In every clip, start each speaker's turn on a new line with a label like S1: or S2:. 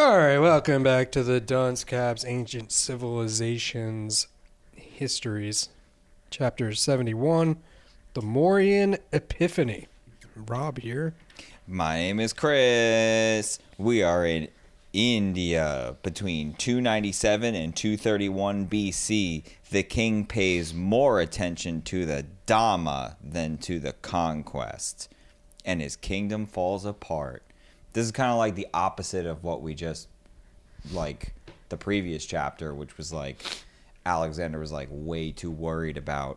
S1: Welcome back to the Don's Cab's Ancient Civilizations Histories, Chapter 71 The Mauryan Epiphany. Rob here.
S2: My name is Chris. We are in India between 297 and 231 BC. The king pays more attention to the Dhamma than to the conquest, and his kingdom falls apart. This is kind of like the opposite of what we just like the previous chapter, which was like Alexander was like way too worried about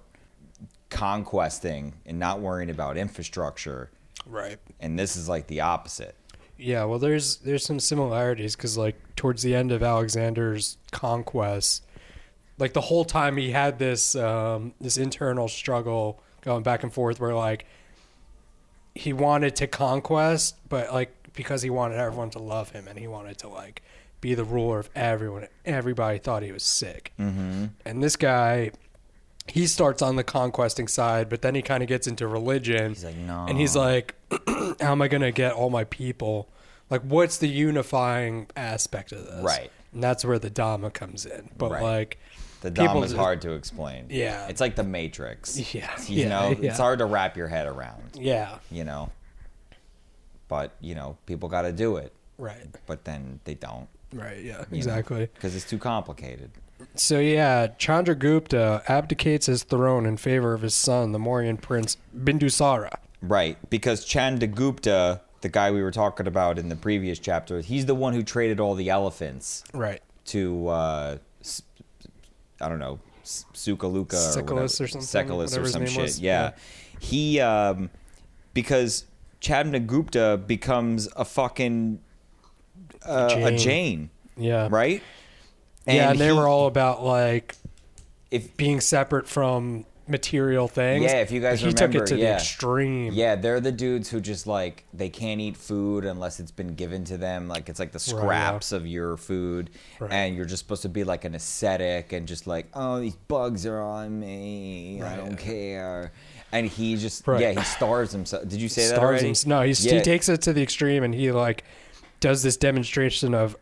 S2: conquesting and not worrying about infrastructure
S1: Right.
S2: and this is like the opposite.
S1: Yeah, well, there's there's some similarities because like towards the end of Alexander's conquest, like the whole time he had this um, this internal struggle going back and forth where like he wanted to conquest, but like because he wanted everyone to love him and he wanted to like be the ruler of everyone, everybody thought he was sick.
S2: Mm-hmm.
S1: And this guy, he starts on the conquesting side, but then he kind of gets into religion.
S2: He's like, no,
S1: And he's like, how am I going to get all my people? Like, what's the unifying aspect of this?
S2: Right.
S1: And that's where the Dhamma comes in. But,
S2: Right.
S1: like,
S2: the
S1: people
S2: Dom is
S1: just-
S2: hard to explain.
S1: Yeah.
S2: it's like the Matrix.
S1: yeah.
S2: You
S1: yeah,
S2: know,
S1: yeah,
S2: it's hard to wrap your head around.
S1: Yeah.
S2: You know, but you know, people got to do it,
S1: Right.
S2: but then they don't
S1: Right. Yeah. Exactly.
S2: because it's too complicated.
S1: So, yeah, Chandragupta abdicates his throne in favor of his son, the Mauryan prince Bindusara.
S2: Right, because Chandragupta, the guy we were talking about in the previous chapter, he's the one who traded all the elephants
S1: Right.
S2: to uh, s- I don't know S- Sukaluka
S1: Sekulis or something,
S2: Sekulis
S1: whatever
S2: or
S1: his
S2: some
S1: name
S2: shit.
S1: was.
S2: Yeah. he um, because Chandragupta becomes a fucking uh, a
S1: Jain.
S2: Jane,
S1: Yeah.
S2: right?
S1: Um, yeah, and they
S2: he-
S1: were all about, like,
S2: if
S1: being separate from material things.
S2: Yeah, if you guys
S1: he took
S2: remember,
S1: it to the
S2: yeah.
S1: extreme.
S2: yeah, they're the dudes who just like they can't eat food unless it's been given to them. Like it's like the
S1: Right, yeah.
S2: scraps of your food,
S1: Right.
S2: and you're just supposed to be like an ascetic and just like, oh, these bugs are on me. I
S1: Right.
S2: don't care. And he just
S1: Right.
S2: yeah, he starves himself. Did you say that
S1: Starves
S2: already?
S1: him- No, he's, he
S2: Yeah.
S1: takes it to the extreme, and he like does this demonstration of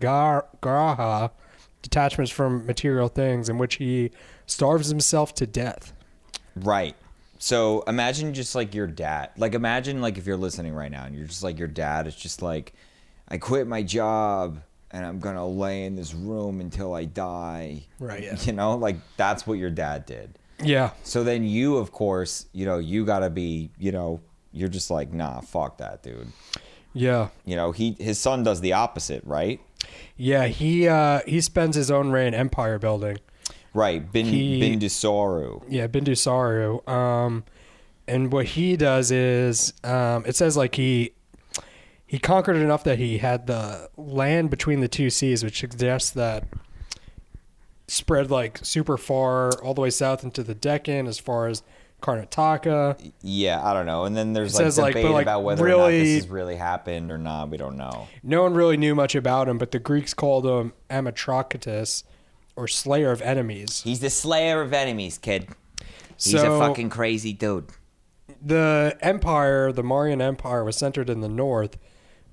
S1: aparagraha, detachments from material things, in which he starves himself to death.
S2: Right. So imagine just like your dad. Like imagine like if you're listening right now and you're just like your dad is just like, I quit my job and I'm gonna lay in this room until I die.
S1: Right, yeah.
S2: You know, like that's what your dad did.
S1: Yeah,
S2: So then you, of course, you know, you gotta be, you know, you're just like, nah, fuck that, dude.
S1: yeah,
S2: You know, he his son does the opposite, right?
S1: yeah. He uh, he spends his own reign empire building.
S2: Right. Bin
S1: He-
S2: Bindisaru.
S1: Yeah, Bindusaru. Um, and what he does is, um, it says like he he conquered enough that he had the land between the two seas, which suggests that spread like super far all the way south into the Deccan, as far as Karnataka.
S2: Yeah, I don't know. And then there's
S1: It
S2: like
S1: says, like, but,
S2: debate
S1: like,
S2: about whether or not
S1: really-
S2: this has really happened or not. We don't know.
S1: No one really knew much about him, but the Greeks called him Amatrocatus, or Slayer of Enemies.
S2: He's the slayer of enemies, kid. He's
S1: So-
S2: a fucking crazy dude.
S1: the empire, the Mauryan Empire, was centered in the north,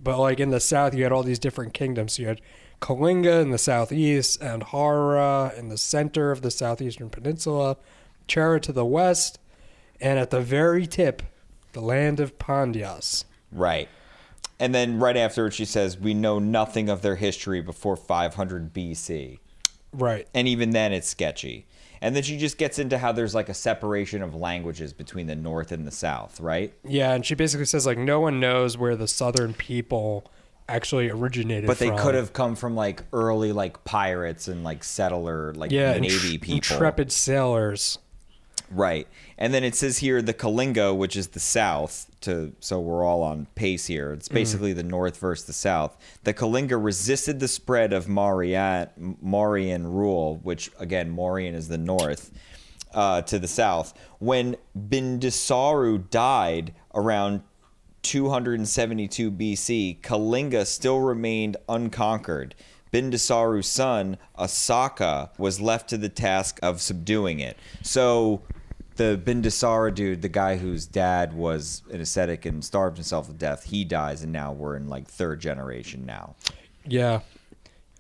S1: but like in the south, you had all these different kingdoms. You had Kalinga in the southeast, and Hara in the center of the southeastern peninsula, Chera to the west, and at the very tip, the land of Pandyas.
S2: Right. And then right after it, she says, We know nothing of their history before 500 BC.
S1: Right.
S2: And even then, it's sketchy. And then she just gets into how there's like a separation of languages between the North and the South, right?
S1: Yeah, and she basically says like no one knows where the southern people actually originated
S2: But they
S1: from.
S2: could have come from like early like pirates and like settler, like
S1: yeah,
S2: navy
S1: intre-
S2: people.
S1: intrepid sailors.
S2: Right. And then it says here the Kalinga, which is the south, to so we're all on pace here. It's basically the north versus the south. The Kalinga resisted the spread of Mauryan, Mauryan rule, which again, Mauryan is the north, uh, to the south. When Bindisaru died around 272 BC, Kalinga still remained unconquered. Bindisaru's son, Asaka, was left to the task of subduing it. So, the Bindisara dude, the guy whose dad was an ascetic and starved himself to death, he dies, and now we're in like third generation now.
S1: Yeah.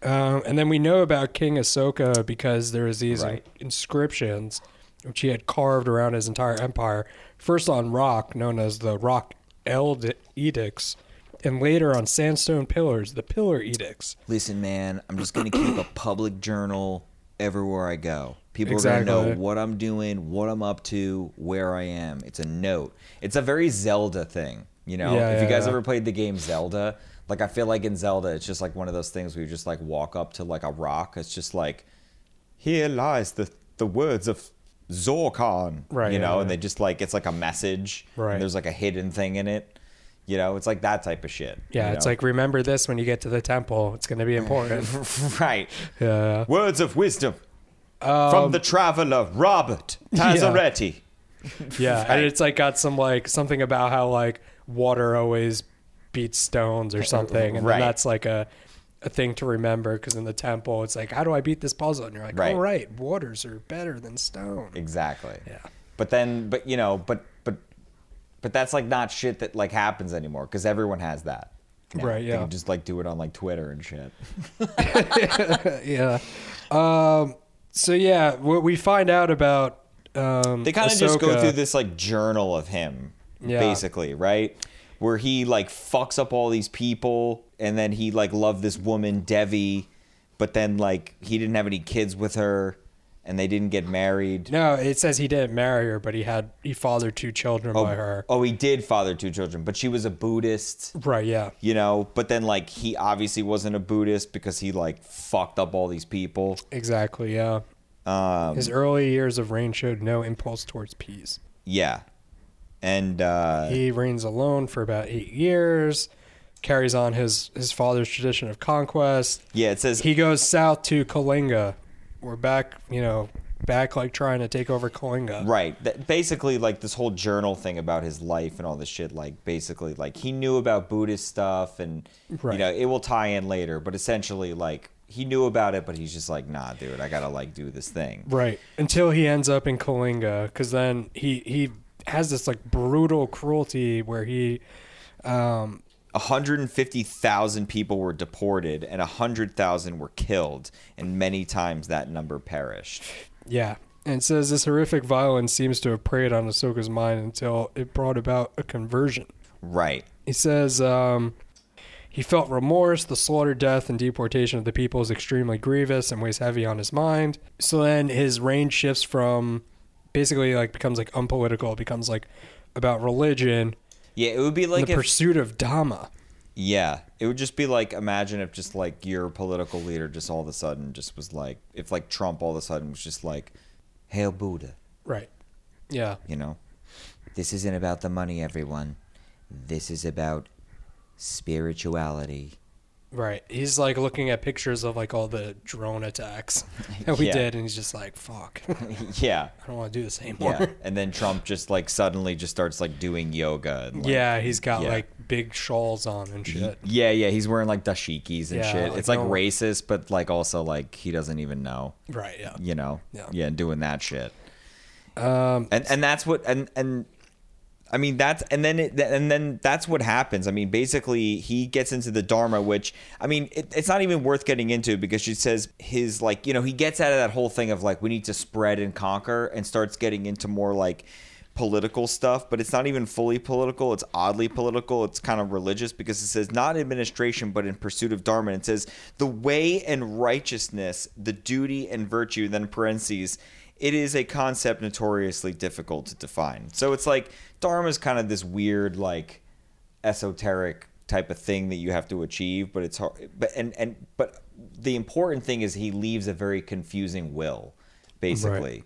S1: Um, and then we know about King Ahsoka because there is these
S2: Right.
S1: inscriptions which he had carved around his entire empire. First on rock, known as the Rock Eld Edicts, and later on sandstone pillars, the Pillar Edicts.
S2: Listen, man, I'm just going to keep a public journal everywhere I go. People are going to
S1: Exactly.
S2: know what I'm doing, what I'm up to, where I am. It's a note. It's a very Zelda thing, you know.
S1: Yeah,
S2: if you
S1: yeah,
S2: guys
S1: yeah.
S2: ever played the game Zelda, like I feel like in Zelda, it's just like one of those things where you just like walk up to like a rock. It's just like, here lies the the words of Zorkon,
S1: Right,
S2: You
S1: yeah,
S2: know,
S1: yeah.
S2: and they just like it's like a message. and
S1: Right.
S2: there's like a hidden thing in it. You know, it's like that type of shit.
S1: Yeah,
S2: you
S1: it's
S2: know?
S1: like remember this when you get to the temple. It's going to be important.
S2: right.
S1: yeah.
S2: Words of wisdom from the
S1: Um,
S2: traveler Robert Tazaretti.
S1: Yeah, and it's like got some like something about how like water always beats stones or something, and
S2: Right.
S1: then that's like a a thing to remember because in the temple it's like how do I beat this puzzle, and you're like,
S2: Right.
S1: all right, waters are better than stone.
S2: Exactly.
S1: Yeah.
S2: But then, but you know, but but but that's like not shit that like happens anymore because everyone has that. now.
S1: Right,
S2: They
S1: Uh, yeah.
S2: can just like do it on like Twitter and shit.
S1: yeah. Um. So yeah, what we find out about um,
S2: They kind of just go
S1: Ahsoka-
S2: through this like journal of him,
S1: Yeah.
S2: basically, right? Where he like fucks up all these people, and then he like loved this woman Devi, but then like he didn't have any kids with her, and they didn't get married.
S1: No, it says he didn't marry her, but he had he fathered two children by her.
S2: Oh, he did father two children, but she was a Buddhist,
S1: Right. Yeah.
S2: you know. But then, like, he obviously wasn't a Buddhist because he like fucked up all these people.
S1: Exactly. Yeah.
S2: Um,
S1: His early years of reign showed no impulse towards peace.
S2: yeah, and uh,
S1: He reigns alone for about eight years, carries on his, his father's tradition of conquest.
S2: yeah, it says
S1: He goes south to Kalinga. We're back, you know, back like trying to take over Kalinga.
S2: right. That basically, like this whole journal thing about his life and all this shit. Like, basically, like he knew about Buddhist stuff, and you
S1: Right.
S2: know, it will tie in later. But essentially, like he knew about it, but he's just like, nah, dude, I gotta like do this thing.
S1: Right. Until he ends up in Kalinga, because then he, he has this like brutal cruelty where he,
S2: 150,000 people were deported and 100,000 were killed, and many times that number perished.
S1: yeah. And it says this horrific violence seems to have preyed on Ahsoka's mind until it brought about a conversion.
S2: Right.
S1: He says um, he felt remorse. The slaughter, death, and deportation of the people is extremely grievous and weighs heavy on his mind. So then his reign shifts from basically like becomes like unpolitical. It becomes like about religion,
S2: Yeah, it would be
S1: and
S2: like
S1: the
S2: if,
S1: pursuit of Dhamma.
S2: yeah, it would just be like imagine if just like your political leader just all of a sudden just was like if like Trump all of a sudden was just like hail Buddha,
S1: Right. Yeah.
S2: you know. This isn't about the money, everyone. This is about spirituality.
S1: Right. He's like looking at pictures of like all the drone attacks that we
S2: Yeah.
S1: did, and he's just like, "Fuck, I
S2: yeah.
S1: don't want to do this anymore."
S2: Yeah. And then Trump just like suddenly just starts like doing yoga and like,
S1: yeah, he's got
S2: yeah. Mm-hmm.
S1: like big shawls on and shit.
S2: Yeah, yeah, he's wearing like dashikis and
S1: Yeah,
S2: shit.
S1: like,
S2: it's like
S1: no-
S2: racist, but like also like he doesn't even know,
S1: Right. Yeah.
S2: you know?
S1: Yeah.
S2: yeah and doing that shit. Um, and and that's what and and I mean that's and then it, and then that's what happens. I mean, basically he gets into the dharma, which I mean it, it's not even worth getting into because she says his like you know he gets out of that whole thing of like we need to spread and conquer and starts getting into more like political stuff, but it's not even fully political. It's oddly political. It's kind of religious because it says not administration, but in pursuit of dharma. And it says the way and righteousness, the duty and virtue. Then parentheses it is a concept notoriously difficult to define. So it's like Dharma is kind of this weird, like esoteric type of thing that you have to achieve, but it's hard. But and and but the important thing is he leaves a very confusing will, basically.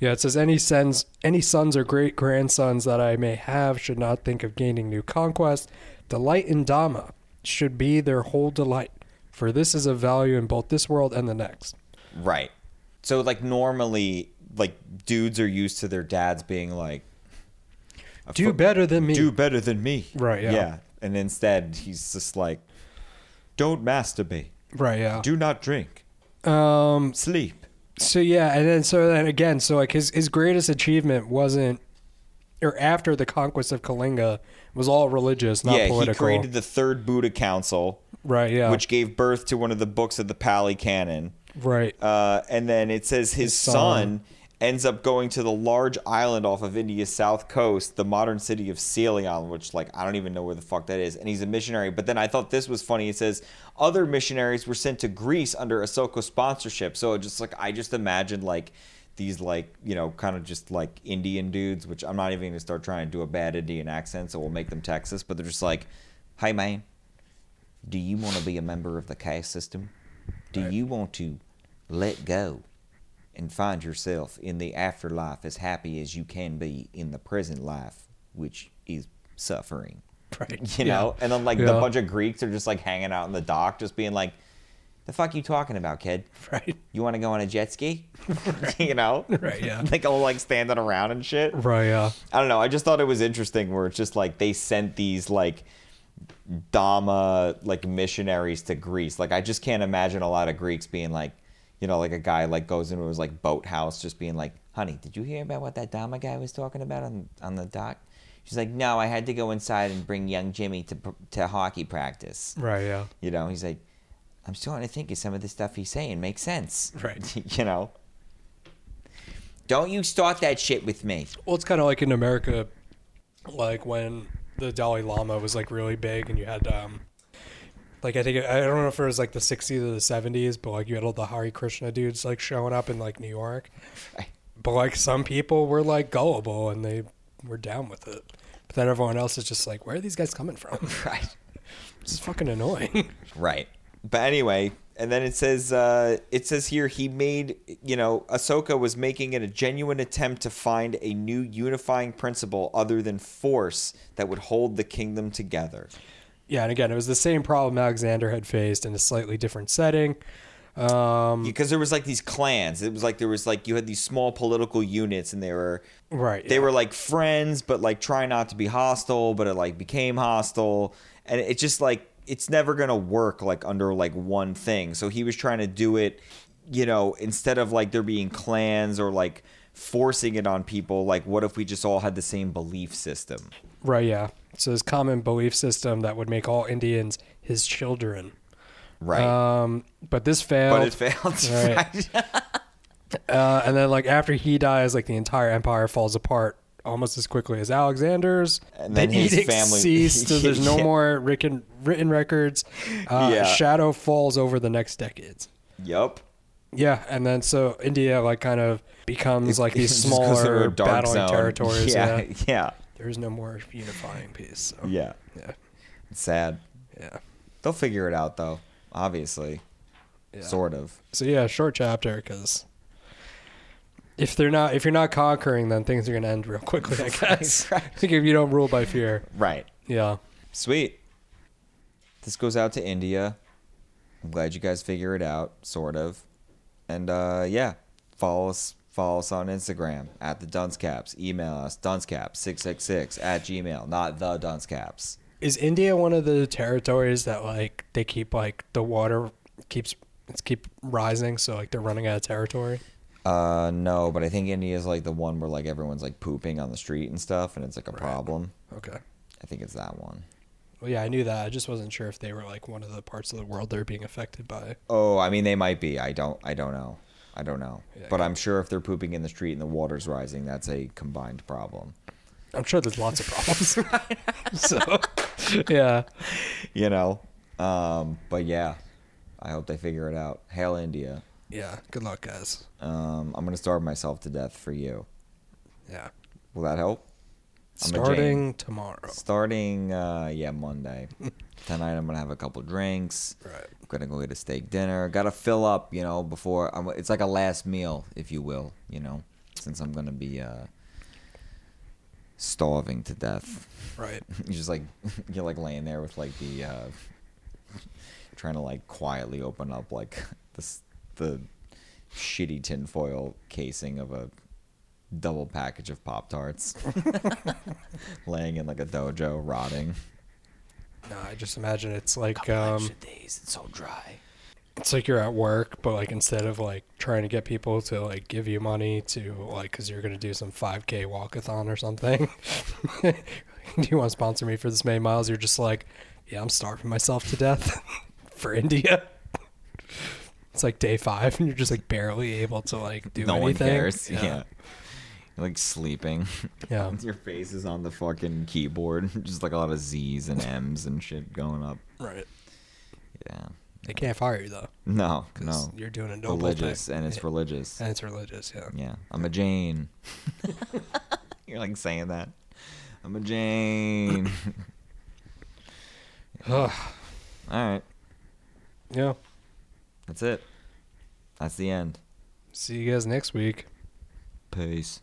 S1: Yeah, it says any sons, any sons or great grandsons that I may have should not think of gaining new conquest. Delight in Dhamma should be their whole delight, for this is of value in both this world and the next.
S2: Right. So like normally, like dudes are used to their dads being like,
S1: Do better than me.
S2: "Do better than me,"
S1: Right, yeah.
S2: Yeah, and instead he's just like, "Don't masturbate.
S1: right. Yeah.
S2: Do not drink.
S1: um.
S2: Sleep."
S1: So yeah, and then so then again, so like his his greatest achievement wasn't or after the conquest of Kalinga was all religious, not
S2: yeah, he
S1: political. Oh.
S2: created the Third Buddha Council,
S1: right, yeah.
S2: which gave birth to one of the books of the Pali Canon.
S1: right.
S2: Uh, and then it says his,
S1: son.
S2: son, ends up going to the large island off of India's south coast, the modern city of Ceylon, which like I don't even know where the fuck that is. And he's a missionary. But then I thought this was funny. It says other missionaries were sent to Greece under Ahsoka sponsorship. So it just like I just imagined like these like you know kind of just like Indian dudes, which I'm not even gonna start trying to do a bad Indian accent, so we'll make them Texas. But they're just like, hey man, do you want to be a member of the caste system? Do you want to let go and find yourself in the afterlife as happy as you can be in the present life, which is suffering?
S1: right.
S2: You
S1: yeah.
S2: know? And then, like,
S1: Yeah.
S2: the bunch of Greeks are just like hanging out in the dock, just being like, the fuck you talking about, kid?
S1: Right.
S2: You want to go on a jet ski? you know?
S1: Right, yeah.
S2: like, all like standing around and shit.
S1: Right, yeah.
S2: I don't know. I just thought it was interesting where it's just like they sent these like Dhamma like missionaries to Greece. Like I just can't imagine a lot of Greeks being like, you know, like a guy like goes into his like boathouse just being like, "Honey, did you hear about what that Dhamma guy was talking about on on the dock?" She's like, "No, I had to go inside and bring young Jimmy to pr- to hockey practice."
S1: Right, yeah.
S2: You know, he's like, "I'm starting to think if some of the stuff he's saying makes sense."
S1: Right.
S2: you know. Don't you start that shit with me.
S1: Well, it's kind of like in America, like when the Dalai Lama was like really big, and you had um, like I think I don't know if it was like the '60s or the '70s, but like you had all the Hare Krishna dudes like showing up in like New York. But like some people were like gullible and they were down with it, but then everyone else is just like, where are these guys coming from?
S2: Right.
S1: This is fucking annoying.
S2: Right. But anyway, and then it says uh, it says here he made you know Ahsoka was making it a genuine attempt to find a new unifying principle other than force that would hold the kingdom together.
S1: yeah, and again, it was the same problem Alexander had faced in a slightly different setting.
S2: Because there was like these clans. It was like there was like you had these small political units, and they were
S1: Right.
S2: they were like friends, but like try not to be hostile, but it like became hostile, and it just like it's never gonna work like under like one thing. So he was trying to do it, you know, instead of like there being clans or like forcing it on people. Like, what if we just all had the same belief system?
S1: Right, yeah. So his common belief system that would make all Indians his children.
S2: Right,
S1: Um, but this failed.
S2: but it failed.
S1: Right. uh, and then, like after he dies, like the entire empire falls apart almost as quickly as Alexander's.
S2: And then
S1: the
S2: his
S1: edict
S2: family-
S1: ceased. so there's no
S2: Yeah.
S1: more written written records. Uh,
S2: Yeah.
S1: Shadow falls over the next decades.
S2: Yup.
S1: Yeah, and then so India like kind of becomes like
S2: It
S1: these
S2: just goes into
S1: smaller
S2: a dark
S1: battling
S2: zone.
S1: territories. Yeah.
S2: Yeah, yeah,
S1: there is no more unifying piece. So.
S2: yeah.
S1: yeah,
S2: It's sad.
S1: yeah.
S2: They'll figure it out though. Obviously, sort of.
S1: So yeah, short chapter because if they're not if you're not conquering, then things are gonna end real quickly. I guess.
S2: right.
S1: I think if you don't rule by fear,
S2: Right.
S1: yeah,
S2: Sweet. This goes out to India. I'm glad you guys figure it out, sort of. And uh, yeah, follow us. Follow us on Instagram at the Duncecaps. Email us duncecaps666 at gmail, not the Duncecaps.
S1: is India one of the territories that like they keep like the water keeps it's keep rising, so like they're running out of territory.
S2: Uh, no, but I think India is like the one where like everyone's like pooping on the street and stuff, and it's like a problem.
S1: Okay.
S2: I think it's that one.
S1: Well, yeah, I knew that. I just wasn't sure if they were like one of the parts of the world they're being affected by.
S2: Oh, I mean they might be. I don't. I don't know. I don't know.
S1: Yeah, I
S2: But I'm sure if they're pooping in the street and the water's rising, that's a combined problem.
S1: I'm sure there's lots of problems. so, yeah,
S2: you know. Um, but yeah, I hope they figure it out. Hail India.
S1: yeah. Good luck, guys.
S2: Um, I'm gonna starve myself to death for you.
S1: Yeah.
S2: Will that help? I'm a Jane.
S1: Starting tomorrow.
S2: Starting, uh, yeah, Monday. Tonight I'm gonna have a couple drinks.
S1: Right.
S2: I'm gonna go get a steak dinner. Gotta fill up, you know, before I'm, it's like a last meal, if you will, you know, since I'm gonna be uh, starving to death.
S1: Right.
S2: You're just like you're like laying there with like the uh trying to like quietly open up like this the shitty tinfoil casing of a double package of pop tarts laying in like a dojo rotting
S1: No, I just imagine it's like um,
S2: days it's so dry
S1: it's like you're at work, but like instead of like trying to get people to like give you money to like because you're gonna do some 5K walkathon or something, do you want to sponsor me for this many miles? You're just like, yeah, I'm starving myself to death for India. It's like day five, and you're just like barely able to like do
S2: no
S1: anything.
S2: one cares. Yeah. You're, like sleeping.
S1: yeah.
S2: Your face is on the fucking keyboard. Just like a lot of Z's and M's and shit going up.
S1: right.
S2: Yeah.
S1: They can't fire you though.
S2: No,
S1: 'cause
S2: no.
S1: you're doing a noble
S2: Religious,
S1: thing.
S2: and it's
S1: Yeah.
S2: religious.
S1: and it's religious. Yeah.
S2: Yeah, I'm a Jane. You're like saying that. I'm a Jane.
S1: Ugh.
S2: All right,
S1: Yeah.
S2: that's it. That's the end.
S1: See you guys next week.
S2: Peace.